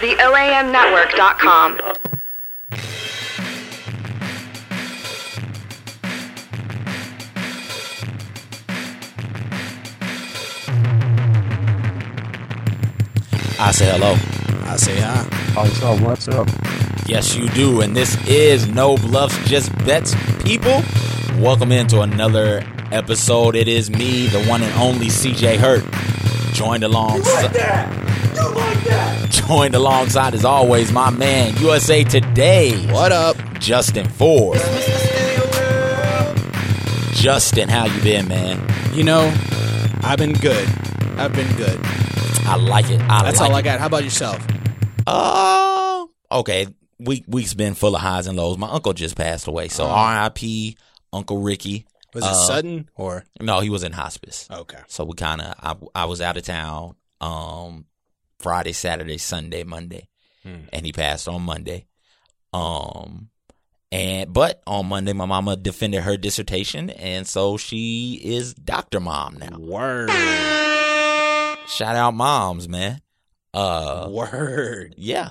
The OAMnetwork.com. I say hello. I say hi. What's up? What's up? Yes, you do. And this is No Bluffs, Just Bets, people. Welcome into another episode. It is me, the one and only CJ Hurt, joined alongside. Joined alongside, as always, my man, USA Today. What up? Justin Ford. Justin, how you been, man? You know, I've been good. I've been good. I like it. I That's like all it. I got. How about yourself? Oh, okay. Week week's been full of highs and lows. My uncle just passed away, so R.I.P. Uncle Ricky. Oh. Was Uh, it sudden or No, he was in hospice. okay? So we kind of I I was out of town um Friday, Saturday, Sunday, Monday, Hmm. and he passed on Monday. Um, and but on Monday, my mama defended her dissertation, and so she is doctor mom now. Word, Shout out moms, man. Uh, word. yeah.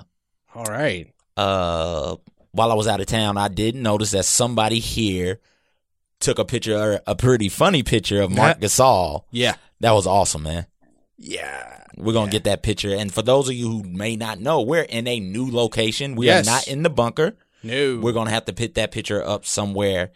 All right. uh while I was out of town, I did notice that somebody here took a picture, or a pretty funny picture of Mark Gasol. Yeah, That was awesome, man. yeah. We're gonna get that picture. And for those of you who may not know, we're in a new location. We Yes. Mm. are not in the bunker. No, We're gonna have to put that picture up somewhere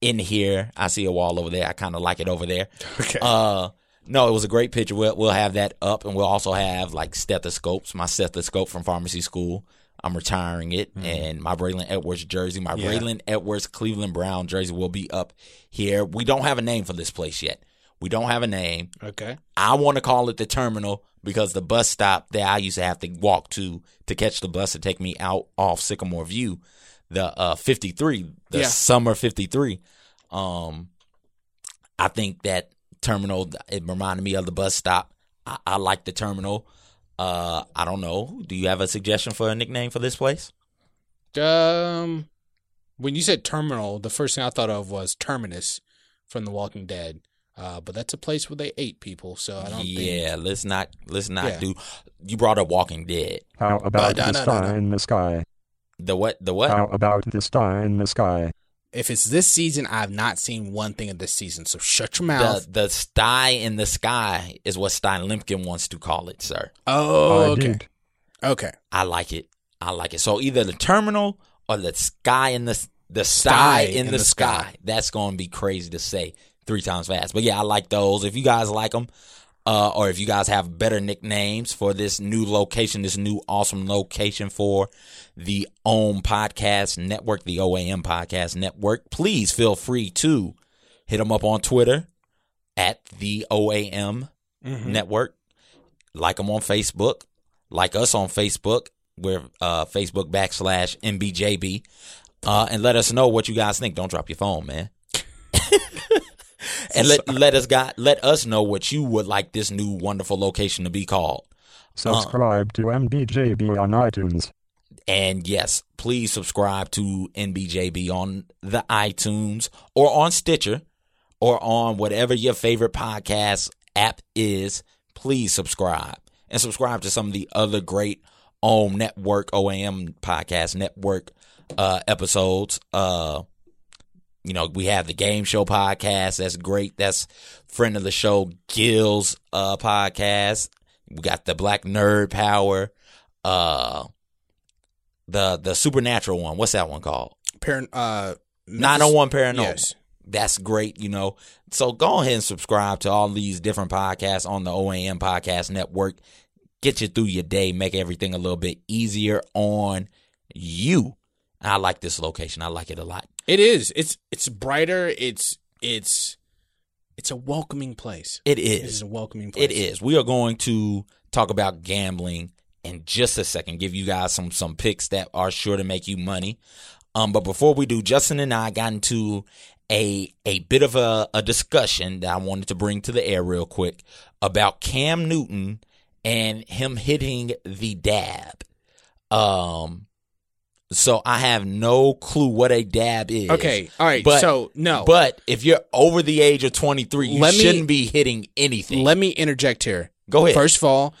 in here. I see a wall over there. I kind of like it over there. okay. Uh, no, it was a great picture. We'll, we'll have that up, and we'll also have like stethoscopes. My stethoscope from pharmacy school. I'm retiring it, and my Braylon Edwards jersey, my Hmm. Yeah. Braylon Edwards Cleveland Brown jersey will be up here. We don't have a name for this place yet. We don't have a name. okay. I want to call it the terminal because the bus stop that I used to have to walk to to catch the bus to take me out off Sycamore View, the uh, 53, the Yeah. summer 53. Um, I think that terminal it reminded me of the bus stop. I, I like the terminal. Uh, I don't know. Do you have a suggestion for a nickname for this place? Um, when you said terminal, the first thing I thought of was terminus from The Walking Dead. Uh, but that's a place where they ate people, so I don't think. Yeah, let's not let's not Yeah. do. You brought up Walking Dead. How about no, the no, no, star no. in the sky? The what? The what? How about the star in the sky? If it's this season, I've not seen one thing of this season. So shut your mouth. the the sty in the sky is what Stein Limpkin wants to call it, sir. oh, I okay, did. okay. I like it. I like it. So either the terminal or the sky in the the sky in, the, sky. That's going to be crazy to say three times fast. But yeah, I like those. If you guys like them, uh, or if you guys have better nicknames for this new location, this new awesome location for the OM Podcast Network, the OAM Podcast Network, please feel free to hit them up on Twitter at the OAM Mm-hmm. Network. Like them on Facebook. Like us on Facebook. We're uh, Facebook backslash MBJB. Uh, and let us know what you guys think. Don't drop your phone, man. and let let us got let us know what you would like this new wonderful location to be called. Subscribe to MBJB on iTunes. And yes, please subscribe to NBJB on the iTunes or on Stitcher or on whatever your favorite podcast app is. Please subscribe and subscribe to some of the other great OM Network, OAM Podcast Network uh, episodes. Uh, you know, we have the game show podcast. That's great. That's friend of the show, Gil's uh, podcast. We got the Black Nerd Power. Uh, the the supernatural one. What's that one called? Paran- uh, Nine hundred one paranormal. Yes. That's great, you know. So go ahead and subscribe to all these different podcasts on the OAM Podcast Network. Get you through your day, make everything a little bit easier on you. I like this location. I like it a lot. It is. It's it's brighter. It's it's it's a welcoming place. It It is is. a welcoming place. It is. We are going to talk about gambling in just a second. Give you guys some some picks that are sure to make you money. Um, but before we do, Justin and I got into a a bit of a, a discussion that I wanted to bring to the air real quick about Cam Newton and him hitting the dab. Um, so I have no clue what a dab is. Okay. All right. But- so no. But if you're over the age of 23, you Let me- shouldn't be hitting anything. let me interject here. Go ahead. First of all,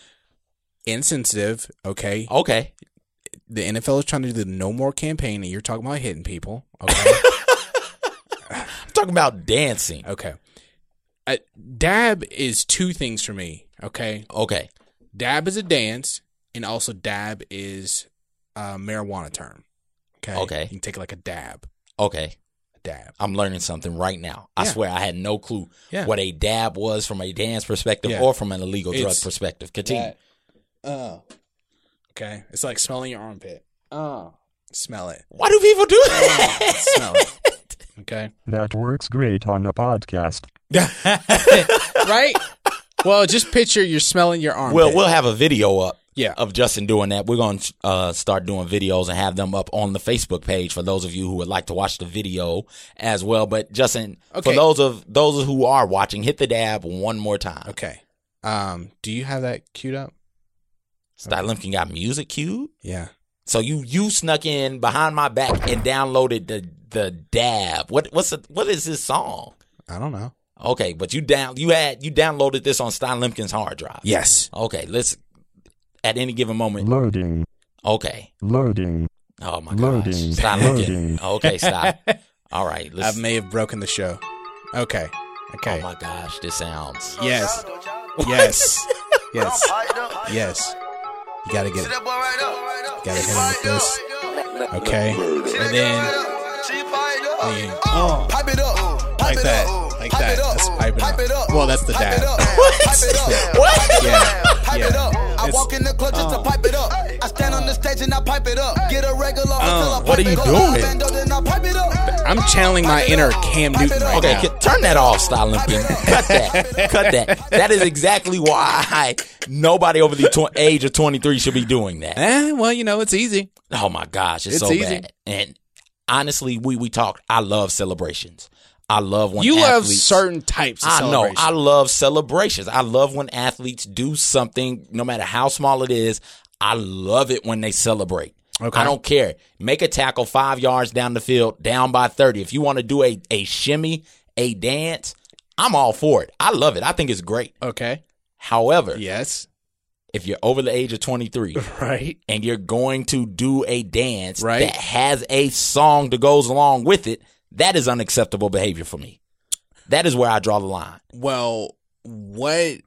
insensitive. Okay, Okay. the NFL is trying to do the no more campaign, and you're talking about hitting people. Okay, I'm talking about dancing. okay. Uh, dab is two things for me. Okay, Okay. dab is a dance, and also dab is a marijuana term. Okay, Okay. you can take like a dab, Okay. a dab. I'm learning something right now. I Yeah. swear I had no clue Yeah. what a dab was from a dance perspective Yeah. or from an illegal drug It's perspective. Continue. Oh. Okay. It's like smelling your armpit. Oh. Smell it. Why do people do Uh. Smell that? it. Okay. That works great on a podcast. right? Well, just picture you're smelling your armpit. well, we'll have a video up yeah. of Justin doing that. We're going to uh, start doing videos and have them up on the Facebook page for those of you who would like to watch the video as well. But Justin, for Okay. those of those who are watching, hit the dab one more time. Okay. Um, do you have that queued up? Sty Lumpkin got music cued. Yeah. So you you snuck in behind my back and downloaded the the dab. What what's the, what is this song? I don't know. Okay, but you down you had you downloaded this on Stein Limpkin's hard drive. Yes. Okay, let's at any given moment. Loading, Okay. loading. Oh my gosh. Loading. Stein Lumpkin. Loading. Okay, stop. All right, I let's may have broken the show. Okay. Okay. Oh my gosh, this sounds. yes. Yes. yes. Yes. You gotta get it. Gotta hit him with this. Okay. And then then- Pipe it up. Uh, Pipe Like it that. up. Like Pipe that. it up. That's piping Pipe up. it up. Well, that's the Pipe it dab. up. Pipe it up. What? Yeah. Pipe it Yeah. up. I It's- um, walk in the club just to pipe it up. I stand on the stage and I pipe it up. Get a Oh, regular until I pipe what are you it up. doing? Band up, then I pipe it up. I'm channeling my inner Cam Newton right Okay, now. c- turn that off, Style Limpkin. Cut that. Cut that. That is exactly why nobody over the tw- age of 23 should be doing that. Eh, well, you know, it's easy. Oh my gosh, it's, It's so easy. bad. And honestly, we we talked. I love celebrations. I love when you love athletes- certain types of I know. celebrations. I love celebrations. I love when athletes do something, no matter how small it is. I love it when they celebrate. Okay. I don't care. Make a tackle five yards down the field, down by thirty. If you want to do a a shimmy, a dance, I'm all for it. I love it. I think it's great. okay. However, Yes. if you're over the age of 23, Right. and you're going to do a dance Right. that has a song that goes along with it, that is unacceptable behavior for me. That is where I draw the line. Well, what? I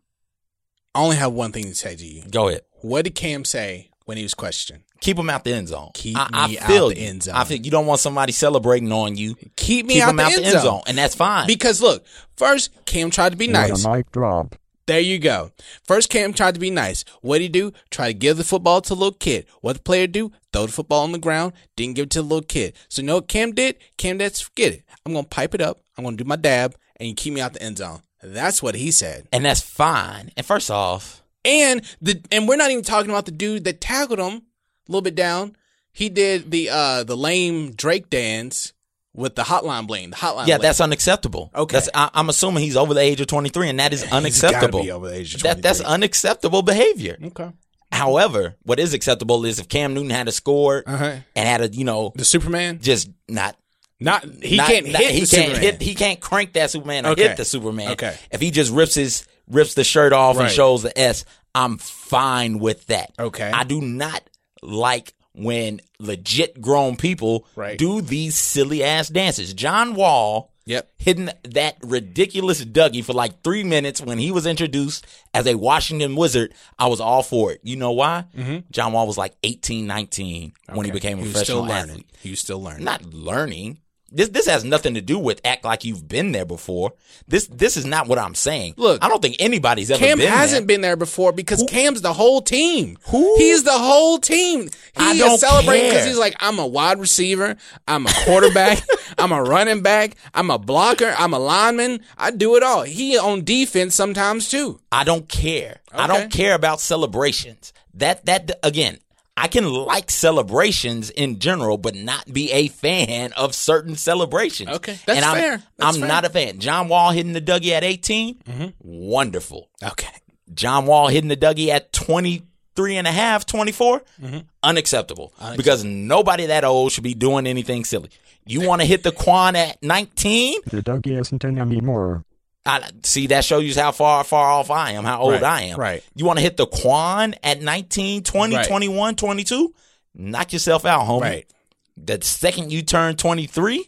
only have one thing to say to you. Go ahead. What did Cam say when he was questioned? Keep them out the end zone. Keep I, I me out feel the you. end zone. I feel you don't want somebody celebrating on you. Keep me Keep out, them the, out end the end zone. zone, and that's fine. Because look, first Cam tried to be nice. What a mic drop. There you go. First, Cam tried to be nice. What would he do? Try to give the football to the little kid. What the player do? Throw the football on the ground. Didn't give it to the little kid. So you know what Cam did? Cam did forget it. I'm gonna pipe it up. I'm gonna do my dab, and you keep me out the end zone. That's what he said. and that's fine. And first off, And the and we're not even talking about the dude that tackled him a little bit down. He did the uh the lame Drake dance with the hotline bling. The hotline. yeah, bling. that's unacceptable. Okay. That's, I, I'm assuming he's over the age of 23, and that is He's gotta unacceptable. be over the age of That that's 23. unacceptable behavior. okay. However, what is acceptable is if Cam Newton had a score Uh huh. and had a you know The Superman. just not Not he not- can't not- hit. he the can't Superman. hit he can't crank that Superman or Okay. hit the Superman. Okay. If he just rips his rips the shirt off and Right. shows the S, I'm fine with that. Okay. I do not like when legit grown people Right. do these silly ass dances. John Wall Yep. hitting that ridiculous Dougie for like three minutes when he was introduced as a Washington Wizard, I was all for it. You know why? John Wall was like 18, 19 when he Mm-hmm. Okay. became a was professional still learning. athlete He was still learning. not learning. This this has nothing to do with act like you've been there before. This this is not what I'm saying. Look, I don't think anybody's ever Cam been hasn't there. been there before because Cam's the whole team. Who? He's the whole team. He I don't is celebrating care. because he's like, I'm a wide receiver. I'm a quarterback. I'm a running back. I'm a blocker. I'm a lineman. I do it all. He on defense sometimes too. I don't care. I don't Okay. care about celebrations. That that again, I can like celebrations in general, but not be a fan of certain celebrations. Okay. That's and I'm, fair. That's I'm fair. Mm-hmm. not a fan. John Wall hitting the Dougie at 18, wonderful. Okay. John Wall hitting the Dougie at 23 and a half, 24, Mm-hmm. unacceptable. Because nobody that old should be doing anything silly. You want to hit the Quan at 19? The Dougie isn't in anymore. I, see, that shows you how far far off I am, how old Right, I am. right. You want to hit the Quan at 19, 20, Right. 21, 22? Knock yourself out, homie. Right. The second you turn 23,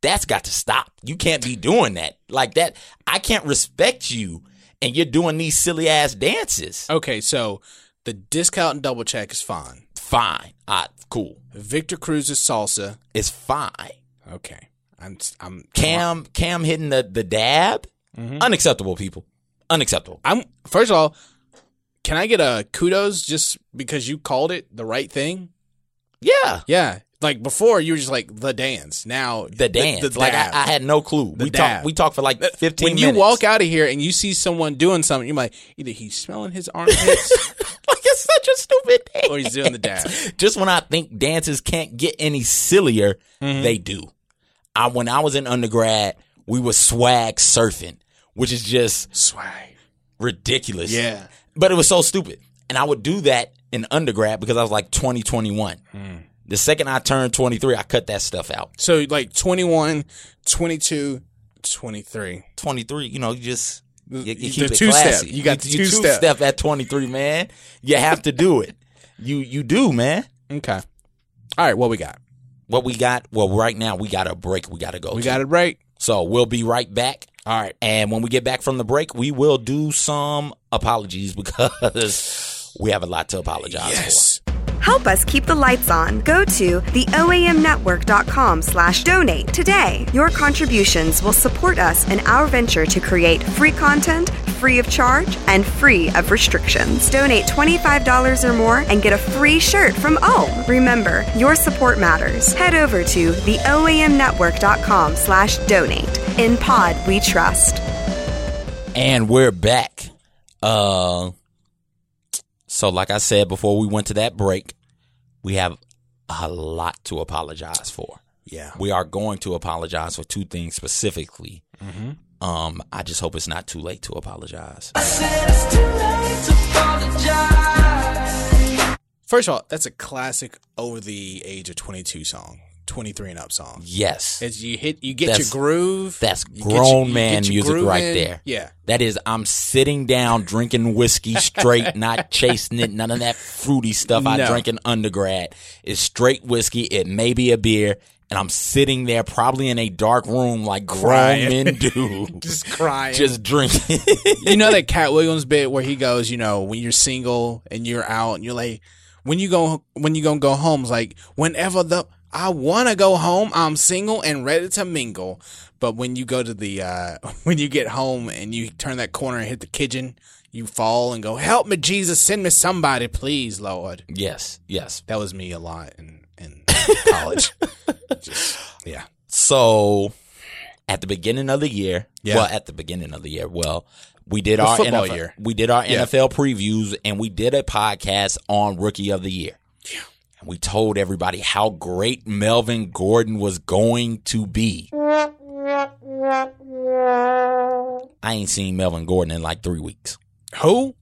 that's got to stop. You can't be doing that. Like that, I can't respect you and you're doing these silly ass dances. Okay, so the discount and double check is fine. Fine. Ah, cool. Victor Cruz's salsa. It's fine. Okay. I'm I'm Cam Cam hitting the the dab? Mm-hmm. Unacceptable, people. Unacceptable. I'm first of all, can I get a kudos just because you called it the right thing? Yeah. Yeah. Like before you were just like the dance. Now The dance. the like I, dab. I had no clue. we dab. talked we talked for like fifteen when you minutes. walk out of here and you see someone doing something, you're like, either he's smelling his armpits like it's such a stupid dance. or he's doing the dab. Just when I think dances can't get any sillier, Mm-hmm. they do. I when I was in undergrad, we were swag surfing, which is just Swag. ridiculous. Yeah. But it was so stupid. And I would do that in undergrad because I was like 20, 21. Mm. The second I turned 23, I cut that stuff out. So like 21, 22, 23. 23, you know, you just you, you the keep it two-step. classy. You got the you two-step. two-step at 23, man. You have to do it. You you do, man. Okay. All right, what we got? What we got? Well, right now we got a break. We got to go. We to. got it right. So we'll be right back. All right. And when we get back from the break, we will do some apologies because we have a lot to apologize Yes. Help us keep the lights on. Go to theoamnetwork.com slash donate today. Your contributions will support us in our venture to create free content, free of charge, and free of restrictions. Donate $25 or more and get a free shirt from Ohm. Remember, your support matters. Head over to theoamnetwork.com slash donate. In pod, we trust. for. And we're back. Uh, so like I said before we went to that break, we have a lot to apologize for. Yeah. We are going to apologize for two things specifically. Mm-hmm. Um, I just hope it's not too late to apologize. First of all, that's a classic over the age of 22 song, 23 and up song. Yes. As you hit, you get That's- your groove. That's you get grown your- you man get your music groove right in. there. Yeah. That is, I'm sitting down drinking whiskey straight, not chasing it. None of that fruity stuff I No. drank in undergrad. It's straight whiskey. It may be a beer. And I'm sitting there probably in a dark room like grown Crying. men do. Just crying. Just drinking. you know that Cat Williams bit where he goes, you know, when you're single and you're out and you're like, when you go, when you gonna go home? It's like whenever the I wanna go home, I'm single and ready to mingle. But when you go to the, uh, when you get home and you turn that corner and hit the kitchen, you fall and go, help me, Jesus, send me somebody, please, Lord. yes, yes. That was me a lot in in college. Just, yeah. So at the beginning of the year, Yeah. well, at the beginning of the year, well, we did The our football NFL, year. we did our Yeah. NFL previews and we did a podcast on rookie of the year. And we told everybody how great Melvin Gordon was going to be. I ain't seen Melvin Gordon in like 3 weeks. Who?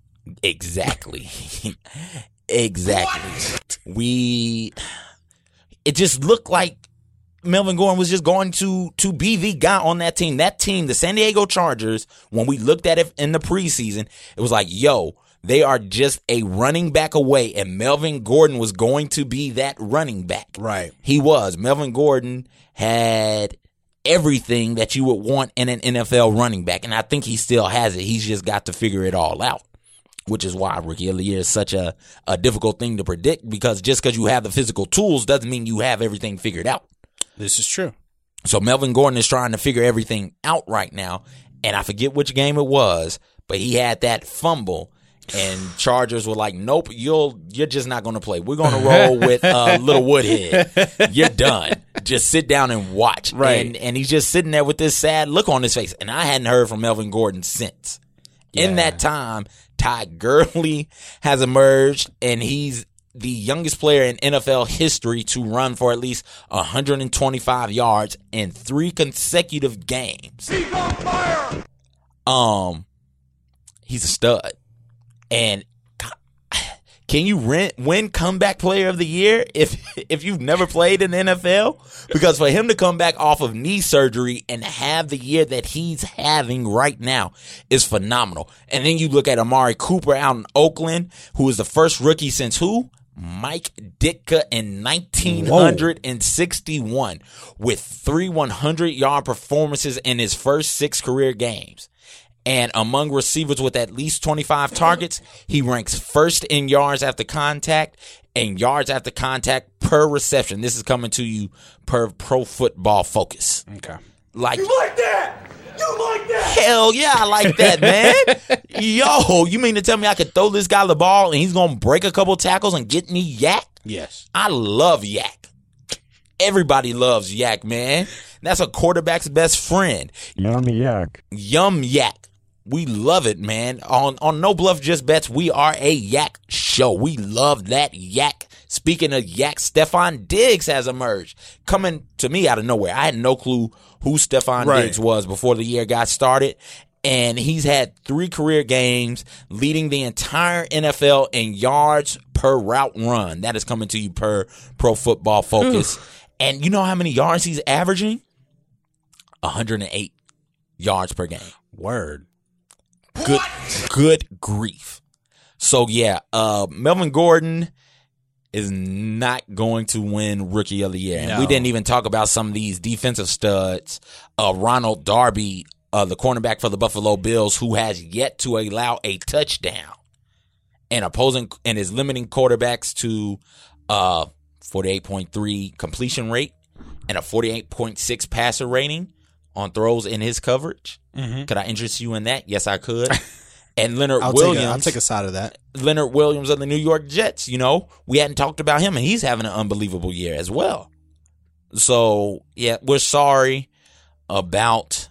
Exactly. exactly. We it just looked like Melvin Gordon was just going to to be the guy on that team. That team, the San Diego Chargers, when we looked at it in the preseason, it was like, yo, they are just a running back away, and Melvin Gordon was going to be that running back. Right. He was. Melvin Gordon had everything that you would want in an NFL running back, and I think he still has it. He's just got to figure it all out, which is why rookie of the year is such a, a difficult thing to predict because just because you have the physical tools doesn't mean you have everything figured out. This is true. So Melvin Gordon is trying to figure everything out right now, and I forget which game it was, but he had that fumble. And Chargers were like, "Nope, you'll you're just not going to play. We're going to roll with uh, Little Woodhead. You're done. Just sit down and watch." Right. And, and he's just sitting there with this sad look on his face. And I hadn't heard from Melvin Gordon since. In that time, Ty Gurley has emerged, and he's the youngest player in NFL history to run for at least 125 yards in three consecutive games. Um, he's a stud, and Can you rent win comeback player of the year if if you've never played in the NFL? Because for him to come back off of knee surgery and have the year that he's having right now is phenomenal. And then you look at Amari Cooper out in Oakland, who is the first rookie since who? Mike Ditka in 1961 with three 100 yard performances in his first six career games. And among receivers with at least 25 targets, he ranks first in yards after contact and yards after contact per reception. This is coming to you per pro football focus. Okay. Like, like that? You like that? hell yeah, I like that, man. Yo, you mean to tell me I could throw this guy the ball and he's going to break a couple tackles and get me yak? Yes. I love yak. Everybody loves yak, man. That's a quarterback's best friend. Yummy yak. Yum Yak. We love it, man. On on No Bluff Just Bets, we are a yak show. We love that yak. Speaking of yak, Stefan Diggs has emerged, coming to me out of nowhere. I had no clue who Stefan Right. Diggs was before the year got started. And he's had three career games, leading the entire NFL in yards per route run. That is coming to you per Pro Football Focus. And you know how many yards he's averaging? 108 yards per game. Word. Good, good grief. So yeah, uh, Melvin Gordon is not going to win Rookie of the Year, and we No. didn't even talk about some of these defensive studs. Uh, Ronald Darby, uh, the cornerback for the Buffalo Bills, who has yet to allow a touchdown, and opposing and is limiting quarterbacks to uh, forty eight point three completion rate and a forty eight point six passer rating on throws in his coverage. Could I interest you in that? Yes, I could. And Leonard Mm-hmm. I'll Williams, take a, I'll take a side of that. Leonard Williams of the New York Jets. You know, we hadn't talked about him, and he's having an unbelievable year as well. So yeah, we're sorry about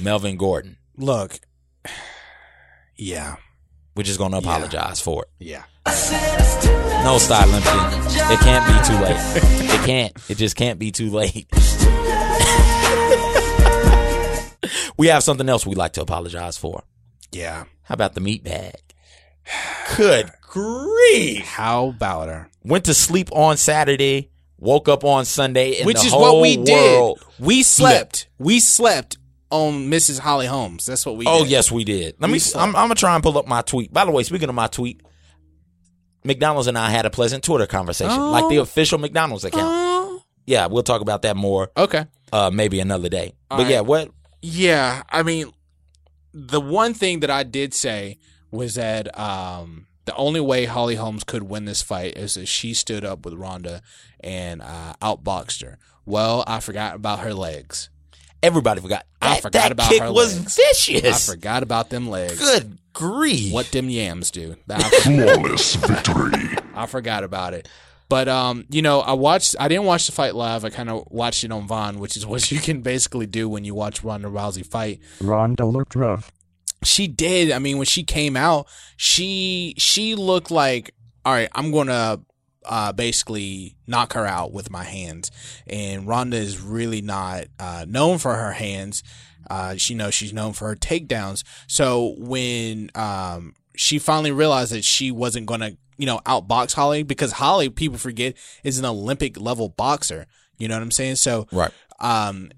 Melvin Gordon. Look. Yeah. We're just gonna apologize for it. Yeah. No style limping. It can't be too late. It can't. It just can't be too late. we have something else we like to apologize for. Yeah. How about the meat bag? Good grief. How about her? went to sleep on Saturday, woke up on Sunday, and Which the is whole what we did. world- We slept. We slept on Mrs. Holly Holmes. That's what we Oh did. yes, we did. Let We me. slept. I'm, I'm gonna try and pull up my tweet. By the way, speaking of my tweet, McDonald's and I had a pleasant Twitter conversation, Oh. like the official McDonald's account. Oh. Yeah, we'll talk about that more, Okay. uh, maybe another day. All but right. yeah, what? Yeah, I mean, the one thing that I did say was that um, the only way Holly Holmes could win this fight is if she stood up with Ronda and uh, outboxed her. Well, I forgot about her legs. Everybody forgot. I That- forgot that about kick her was legs. vicious. I forgot about them legs. Good grief! What them yams do? I, Flawless victory. I forgot about it. But um, you know, I watched. I didn't watch the fight live. I kind of watched it on Vaughn, which is what you can basically do when you watch Ronda Rousey fight. Ronda looked rough. she did. I mean, when she came out, she she looked like, all right, I'm gonna uh, basically knock her out with my hands. And Ronda is really not uh, known for her hands. Uh, she knows she's known for her takedowns. So when um, she finally realized that she wasn't gonna, you know, outbox Holly because Holly, people forget, is an Olympic level boxer. You know what I'm saying? So Right. um,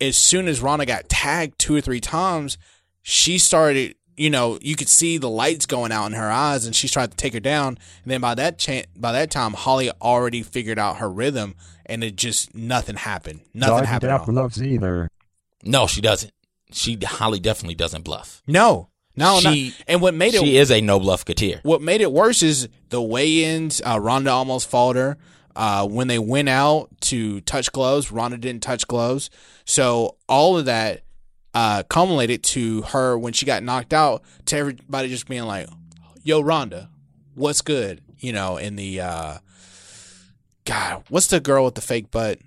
as soon as Rana got tagged two or three times, she started, you know, you could see the lights going out in her eyes, and she tried to take her down. And then by that chan- by that time, Holly already figured out her rhythm, and it just nothing happened. Nothing Johnny happened. Depp at all. loves either. No, she doesn't. She Holly definitely doesn't bluff. No, no, She- not- and what made it She is a no bluff katir. what made it worse is the weigh-ins. Uh, Ronda almost fought her. Uh, when they went out to touch gloves, Ronda didn't touch gloves. So all of that uh, culminated to her when she got knocked out to everybody just being like, "Yo, Ronda, what's good?" You know, in the uh, God, what's the girl with the fake butt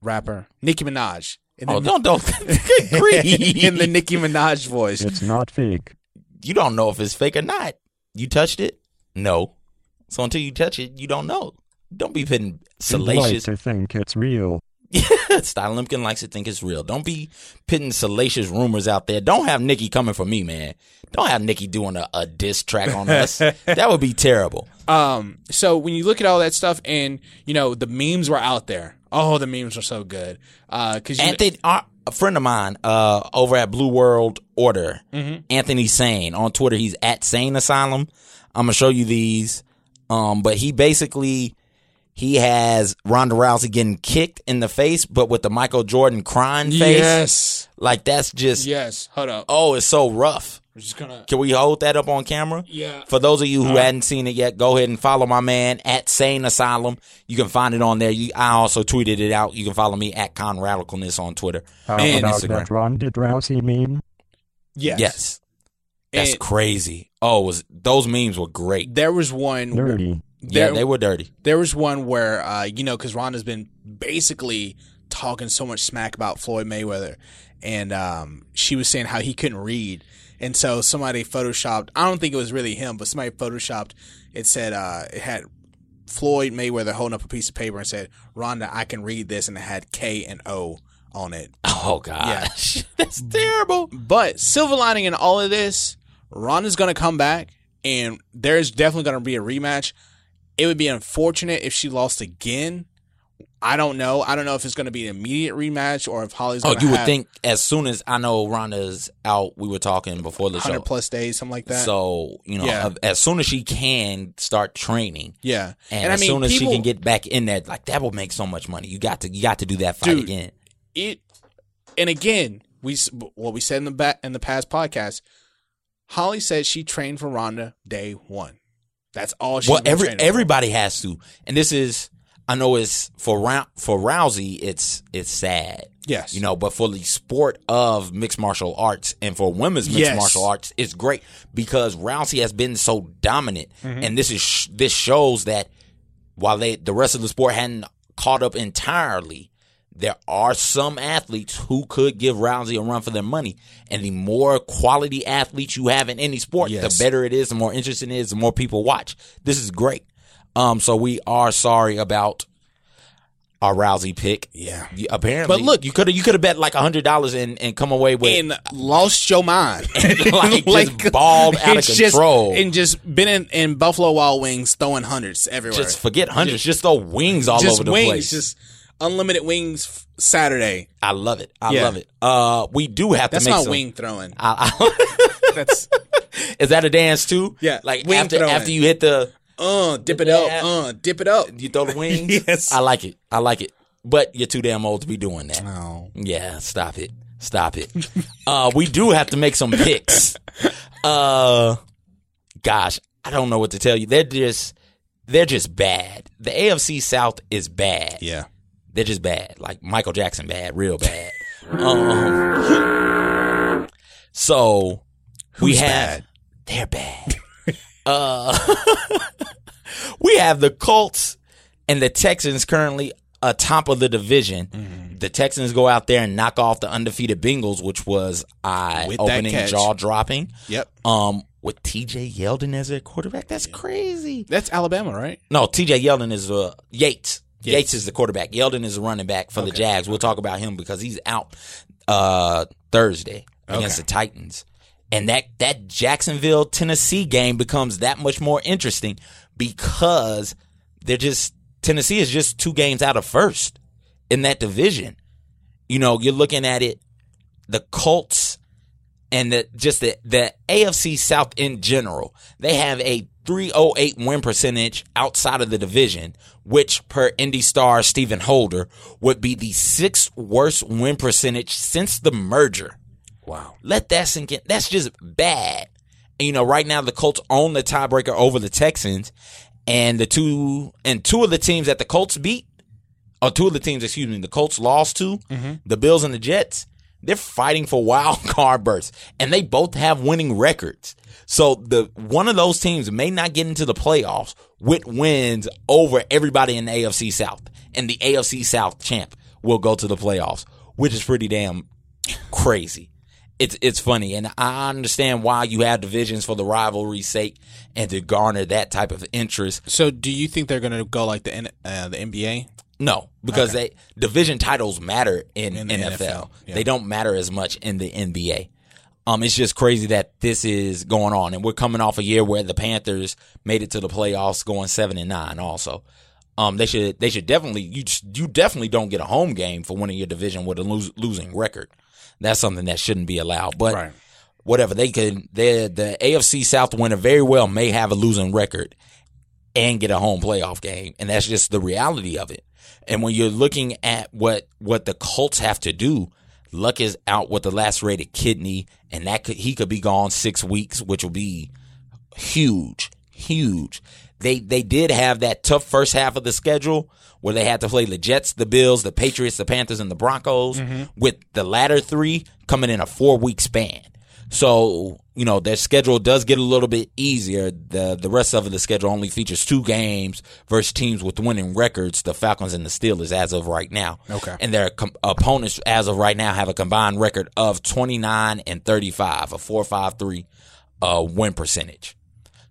rapper Nicki Minaj? In the, Oh, don't don't. Good grief! in the Nicki Minaj voice. It's not fake. you don't know if it's fake or not. You touched it? No. So until you touch it, you don't know. Don't be putting You'd like salacious. to think it's real. Sty Lumpkin likes to think it's real. Don't be pitting salacious rumors out there. Don't have Nikki coming for me, man. Don't have Nikki doing a, a diss track on us. that would be terrible. Um, so when you look at all that stuff, and you know the memes were out there. Oh, the memes were so good. Uh, cause you, Anthony, our, a friend of mine uh, over at Blue World Order, Anthony Sane on Twitter. He's at Sane Asylum. I'm gonna show you these, um, but he basically he has Ronda Rousey getting kicked in the face, but with the Michael Jordan crying face. yes, Like that's just yes. Hold up. oh, it's so rough. We're just gonna. Can we hold that up on camera? Yeah. Uh-huh. For those of you who hadn't seen it yet, go ahead and follow my man at Sane Asylum. You can find it on there. You, I also tweeted it out. You can follow me at Con Radicalness on Twitter How and about Instagram. that Ronda Rousey meme? Yes. Yes. That's And- crazy. Oh, it was those memes were great. There was one. Nerdy. Yeah, There- they were dirty. There was one where, uh, you know, because Ronda's been basically talking so much smack about Floyd Mayweather, and um, she was saying how he couldn't read, and so somebody photoshopped. I don't think it was really him, but somebody photoshopped. It said uh, it had Floyd Mayweather holding up a piece of paper and said, "Ronda, I can read this," and it had K and O on it. Oh gosh, Mm-hmm. that's terrible. But silver lining in all of this, Ronda's gonna come back, and there's definitely gonna be a rematch. It would be unfortunate if she lost again. I don't know. I don't know if it's gonna be an immediate rematch or if Holly's. Oh, Gonna you would have think as soon as I know Rhonda's out, we were talking before the show. hundred plus days, something like that. So you know, Yeah. as soon as she can start training, yeah, and, as soon as she can get back in there, like that will make so much money. You got to, you got to do that fight Dude. again. it and again we s- what we said in the back in the past podcast holly said she trained for ronda day one that's all she well, every everybody has to, and this is, I know it's for Rou- for Rousey, it's it's sad. yes You know, but for the sport of mixed martial arts and for women's mixed Yes. martial arts, it's great because Rousey has been so dominant, Mm-hmm. and this is sh- this shows that while they the rest of the sport hadn't caught up entirely, there are some athletes who could give Rousey a run for their money, and the more quality athletes you have in any sport, Yes. the better it is, the more interesting it is, the more people watch. This is great. Um, so we are sorry about our Rousey pick. yeah You- apparently, But look- you could have you could have bet like hundred dollars and and come away with and lost your mind, Like, just balled out of it's just- control. and just been in, in Buffalo Wild Wings throwing hundreds everywhere. just forget hundreds, just, throw wings all just over the wings, place. just unlimited wings. f- Saturday, I love it. I Yeah. love it. Uh, we do have that's to make not some- wing throwing. I, I- That's is that a dance too? Yeah, like wing after throwing. after you hit the uh, dip it Yeah. up, uh, dip it up. you throw the wings. Yes. I like it. I like it. But you're too damn old to be doing that. Oh. Yeah, stop it. Stop it. uh, we do have to make some picks. Uh, gosh, I don't know what to tell you. They're just they're just bad. The AFC South is bad. Yeah, They're just bad. Like Michael Jackson bad, real bad. um, so we Who's have bad? they're bad. uh, we have the Colts and the Texans currently atop of the division. Mm-hmm. The Texans go out there and knock off the undefeated Bengals, which was eye With that opening, catch. jaw dropping. yep. Um, with TJ Yeldon as their quarterback, that's crazy. That's Alabama, right? No, TJ Yeldon is uh, Yates. Yates. Yates. is the quarterback. Yeldon is the running back for the Jags. We'll talk about him because he's out uh, Thursday against the Titans. And that, that Jacksonville Tennessee game becomes that much more interesting because they're just Tennessee is just two games out of first in that division. You know, you're looking at it, the Colts and the, just the, the AFC South in general, they have a 308 win percentage outside of the division, which per Indy star Stephen Holder would be the sixth worst win percentage since the merger. Wow. Let that sink in. That's just bad. And, you know, right now the Colts own the tiebreaker over the Texans and the two and two of the teams that the Colts beat or two of the teams, excuse me, the Colts lost to, the Bills and the Jets, they're fighting for wild card berths, and they both have winning records. So the one of those teams may not get into the playoffs with wins over everybody in the AFC South, and the AFC South champ will go to the playoffs, which is pretty damn crazy. It's it's funny, and I understand why you have divisions for the rivalry's sake and to garner that type of interest. So, do you think they're going to go like the N- uh, the NBA? No, because they division titles matter in, In the NFL. NFL, yeah. They don't matter as much in the NBA. Um, it's just crazy that this is going on, and we're coming off a year where the Panthers made it to the playoffs, going seven and nine. Also, um, they should they should definitely you just- you definitely don't get a home game for winning your division with a lose, losing record. That's something that shouldn't be allowed. But Right. whatever they could, they the AFC South winner very well may have a losing record and get a home playoff game, and that's just the reality of it. And when you're looking at what what the Colts have to do, Luck is out with a lacerated kidney, and that could he could be gone six weeks, which will be huge, huge. They they did have that tough first half of the schedule where they had to play the Jets, the Bills, the Patriots, the Panthers, and the Broncos. With the latter three coming in a four week span, so you know their schedule does get a little bit easier. the The rest of the schedule only features two games versus teams with winning records, the Falcons and the Steelers, as of right now. Okay. and their com- opponents, as of right now, have a combined record of twenty nine and thirty five, a four five three uh, win percentage.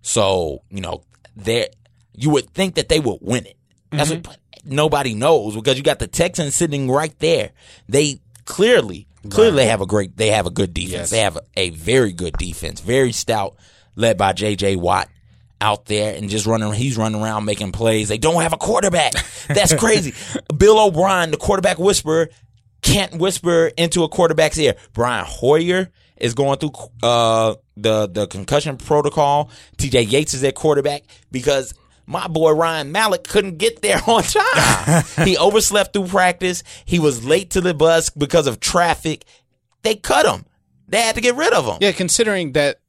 So you know, there you would think that they would win it. That's what but nobody knows because you got the Texans sitting right there. They clearly, clearly they have a great, they have a good defense. They have a, a very good defense, very stout, led by J.J. Watt out there and just running. He's running around making plays. They don't have a quarterback. That's crazy. Bill O'Brien, the quarterback whisperer, can't whisper into a quarterback's ear. Brian Hoyer is going through uh, the the concussion protocol. T.J. Yates is their quarterback because my boy Ryan Malik couldn't get there on time. he overslept through practice. He was late to the bus because of traffic. They cut him. They had to get rid of him. Yeah, considering that.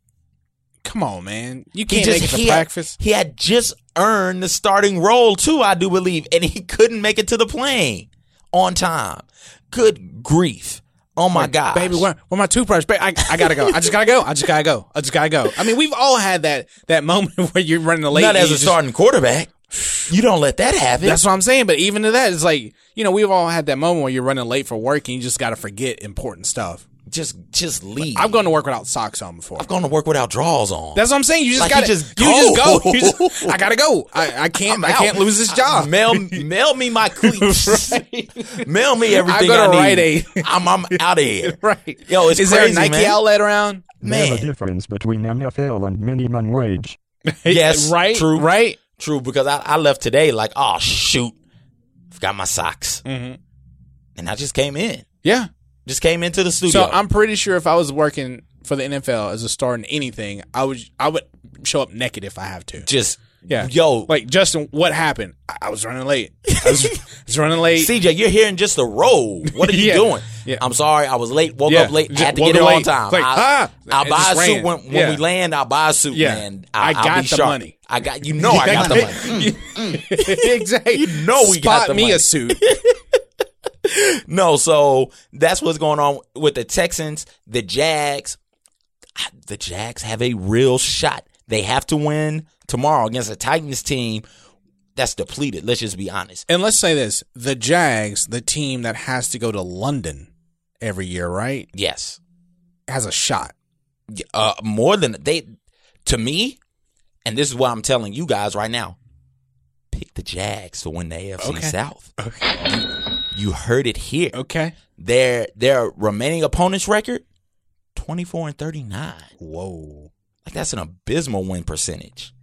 Come on, man. You He can't make it to he had, practice. he had just earned the starting role too, I do believe, and he couldn't make it to the plane on time. Good grief! Oh my god, Baby, where, where my toothbrush? Baby, I, I gotta go. I just gotta go. I just gotta go. I just gotta go. I mean, we've all had that that moment where you're running late. Not and as a you just- starting quarterback. You don't let that happen. That's what I'm saying. But even to that, it's like you know we've all had that moment where you're running late for work and you just gotta forget important stuff. just just leave. I've gone to work without socks on before. I'm going to work without draws on. That's what I'm saying. You just Like, you gotta just You go. just go. You just- I gotta go. I, I can't. I'm I can't out. lose this job. Mail, mail me my cleats. Mail me everything I go to need. Rite Aid. I'm, I'm out of here. right. Yo, it's is crazy, there a Nike man. outlet around? Man. There's a difference between NFL and minimum wage. Yes, right. true. Right. True, because I, I left today like, oh shoot, forgot my socks, Mm-hmm. and I just came in, Yeah. just came into the studio. So I'm pretty sure if I was working for the NFL as a star in anything, I would I would show up naked if I have to. just Yeah. yo, like Like Justin, what happened? I, I was running late. I was, I was running late. CJ, you're hearing just the roll. What are you Yeah. doing? Yeah. I'm sorry, I was late. Woke Yeah. up late. Just had to woke get here up on late. time. Like, I, ah! I'll It buy a just suit ran. when, when Yeah. we land. I'll buy a suit, Yeah. man. I, I I'll got be the sharp. money. I got you know oh, I got the money. Mm, exactly. You know we got the me money. a suit. No, so that's what's going on with the Texans, the Jags. The Jags have a real shot. They have to win tomorrow against a Titans team that's depleted. Let's just be honest. And let's say this: the Jags, the team that has to go to London every year, right, Yes, has a shot. uh, more than they to me, and this is what I'm telling you guys right now. Pick the Jags to win the AFC Okay. South. You, you heard it here. Okay. Their their remaining opponent's record, twenty four and thirty nine. Whoa. Like that's an abysmal win percentage.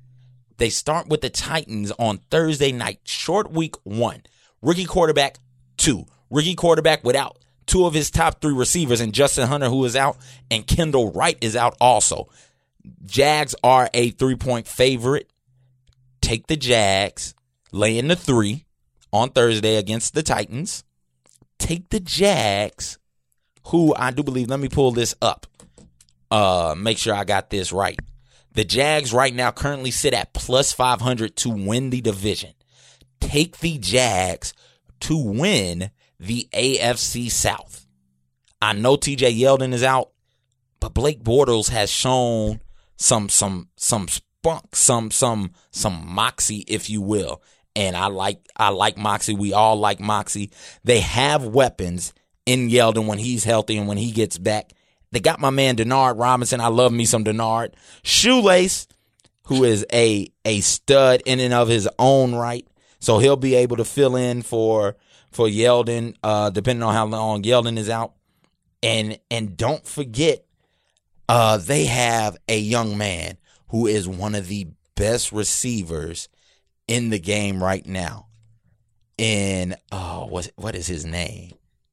They start with the Titans on Thursday night, short week one. Rookie quarterback two. Rookie quarterback without two of his top three receivers, and Justin Hunter, who is out, and Kendall Wright is out also. Jags are a three point favorite. Take the Jags, lay in the three on Thursday against the Titans. Take the Jags, who I do believe, let me pull this up uh make sure I got this right. The Jags right now currently sit at plus 500 to win the division. Take the Jags to win the AFC South. I know TJ Yeldon is out, but Blake Bortles has shown some some some spunk, some some some moxie, if you will. And I like I like moxie. We all like moxie. They have weapons in Yeldon when he's healthy and when he gets back. They got my man Denard Robinson. I love me some Denard. Shoelace, who is a a stud in and of his own right. So he'll be able to fill in for for Yeldon, uh, depending on how long Yeldon is out. And and don't forget, uh, they have a young man who is one of the best receivers in the game right now. In oh, what what is his name?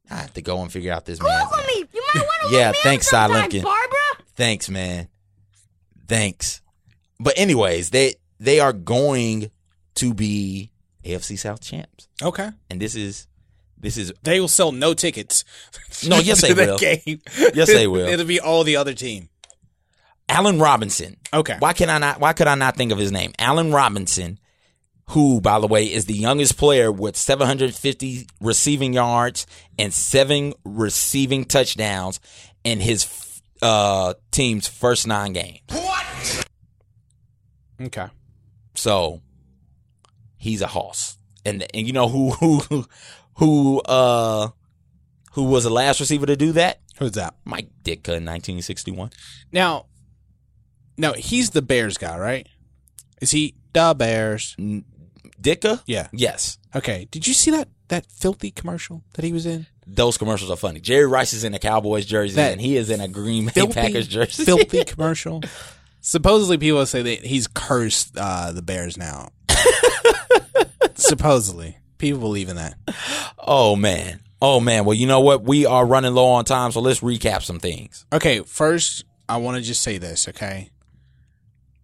I have to go and figure out this man's name. Google me. You might want to Yeah, look me thanks, up Cy sometime, Lincoln. Barbara. Thanks, man. Thanks. But anyways, they they are going to be AFC South champs, Okay. and this is this is They will sell no tickets. No, yes, to they that will. Game. Yes, they will. It'll be all the other team. Allen Robinson. Okay. Why can I not? Why could I not think of his name? Allen Robinson, who, by the way, is the youngest player with 750 receiving yards and seven receiving touchdowns in his uh, team's first nine games. Okay. So he's a hoss. And and you know who who who uh who was the last receiver to do that? Who's that? Mike Ditka in 1961. Now, no, he's the Bears guy, right? Is he the Bears? Ditka? Yeah. Yes. Okay. Did you see that that filthy commercial that he was in? Those commercials are funny. Jerry Rice is in a Cowboys jersey That and he is in a Green Bay Filthy Packers jersey. Filthy commercial. Supposedly, people say that he's cursed uh, the Bears now. Supposedly, people believe in that. Oh man. Oh man. Well, you know what? We are running low on time, so let's recap some things. Okay, first I want to just say this. Okay.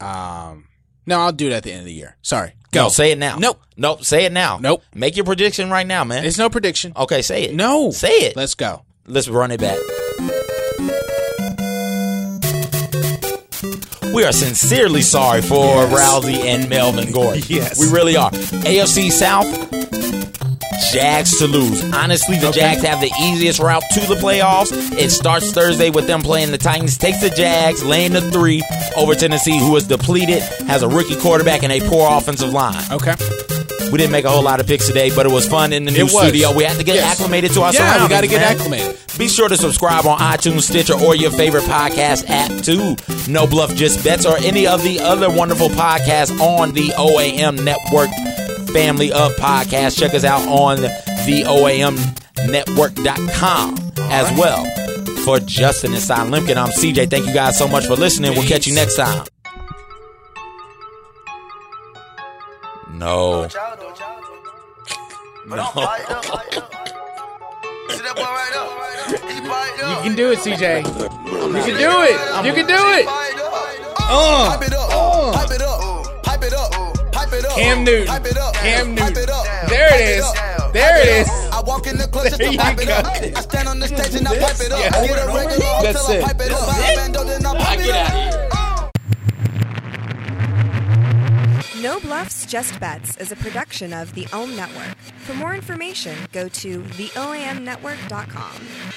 Um. No, I'll do it at the end of the year. Sorry. Go. No, say it now. Nope. Nope. Say it now. Nope. Make your prediction right now, man. It's no prediction. okay, say it. No. Say it. Let's go. Let's run it back. We are sincerely sorry for Rousey and Melvin Gordon. Yes. We really are. AFC South, Jags to lose. Honestly, the Okay. Jags have the easiest route to the playoffs. It starts Thursday with them playing the Titans, takes the Jags, laying the three over Tennessee, who is depleted, has a rookie quarterback, and a poor offensive line. Okay. We didn't make a whole lot of picks today, but it was fun in the new It was. studio. We had to get Yes. acclimated to our Yeah, we surroundings. gotta get man. acclimated. Be sure to subscribe on iTunes, Stitcher, or your favorite podcast app too. No Bluff Just Bets or any of the other wonderful podcasts on the OAM Network family of podcasts. Check us out on the OAM Network.com as well. For Justin and Cy Limkin, I'm CJ. Thank you guys so much for listening. We'll catch you next time. No. But I'm fired up. See that boy right up. He fired up. You can do it, CJ. You can do it. You can do it. Oh. Pipe it up. Pipe it up. Pipe it up. Pipe it up. Cam Newton. Pipe it up. Cam Pipe Newton. it up. There it Pipe is. up. There Pipe it up. is. I walk in the club just There to you pipe it up. go. I stand on the stage and I pipe it up. Yeah. I get a regular That's hotel, I it. pipe it up. That's I it. bend up, then I pipe it up. Uh. No Bluffs, Just Bets is a production of the OM Network. For more information, go to theoamnetwork.com.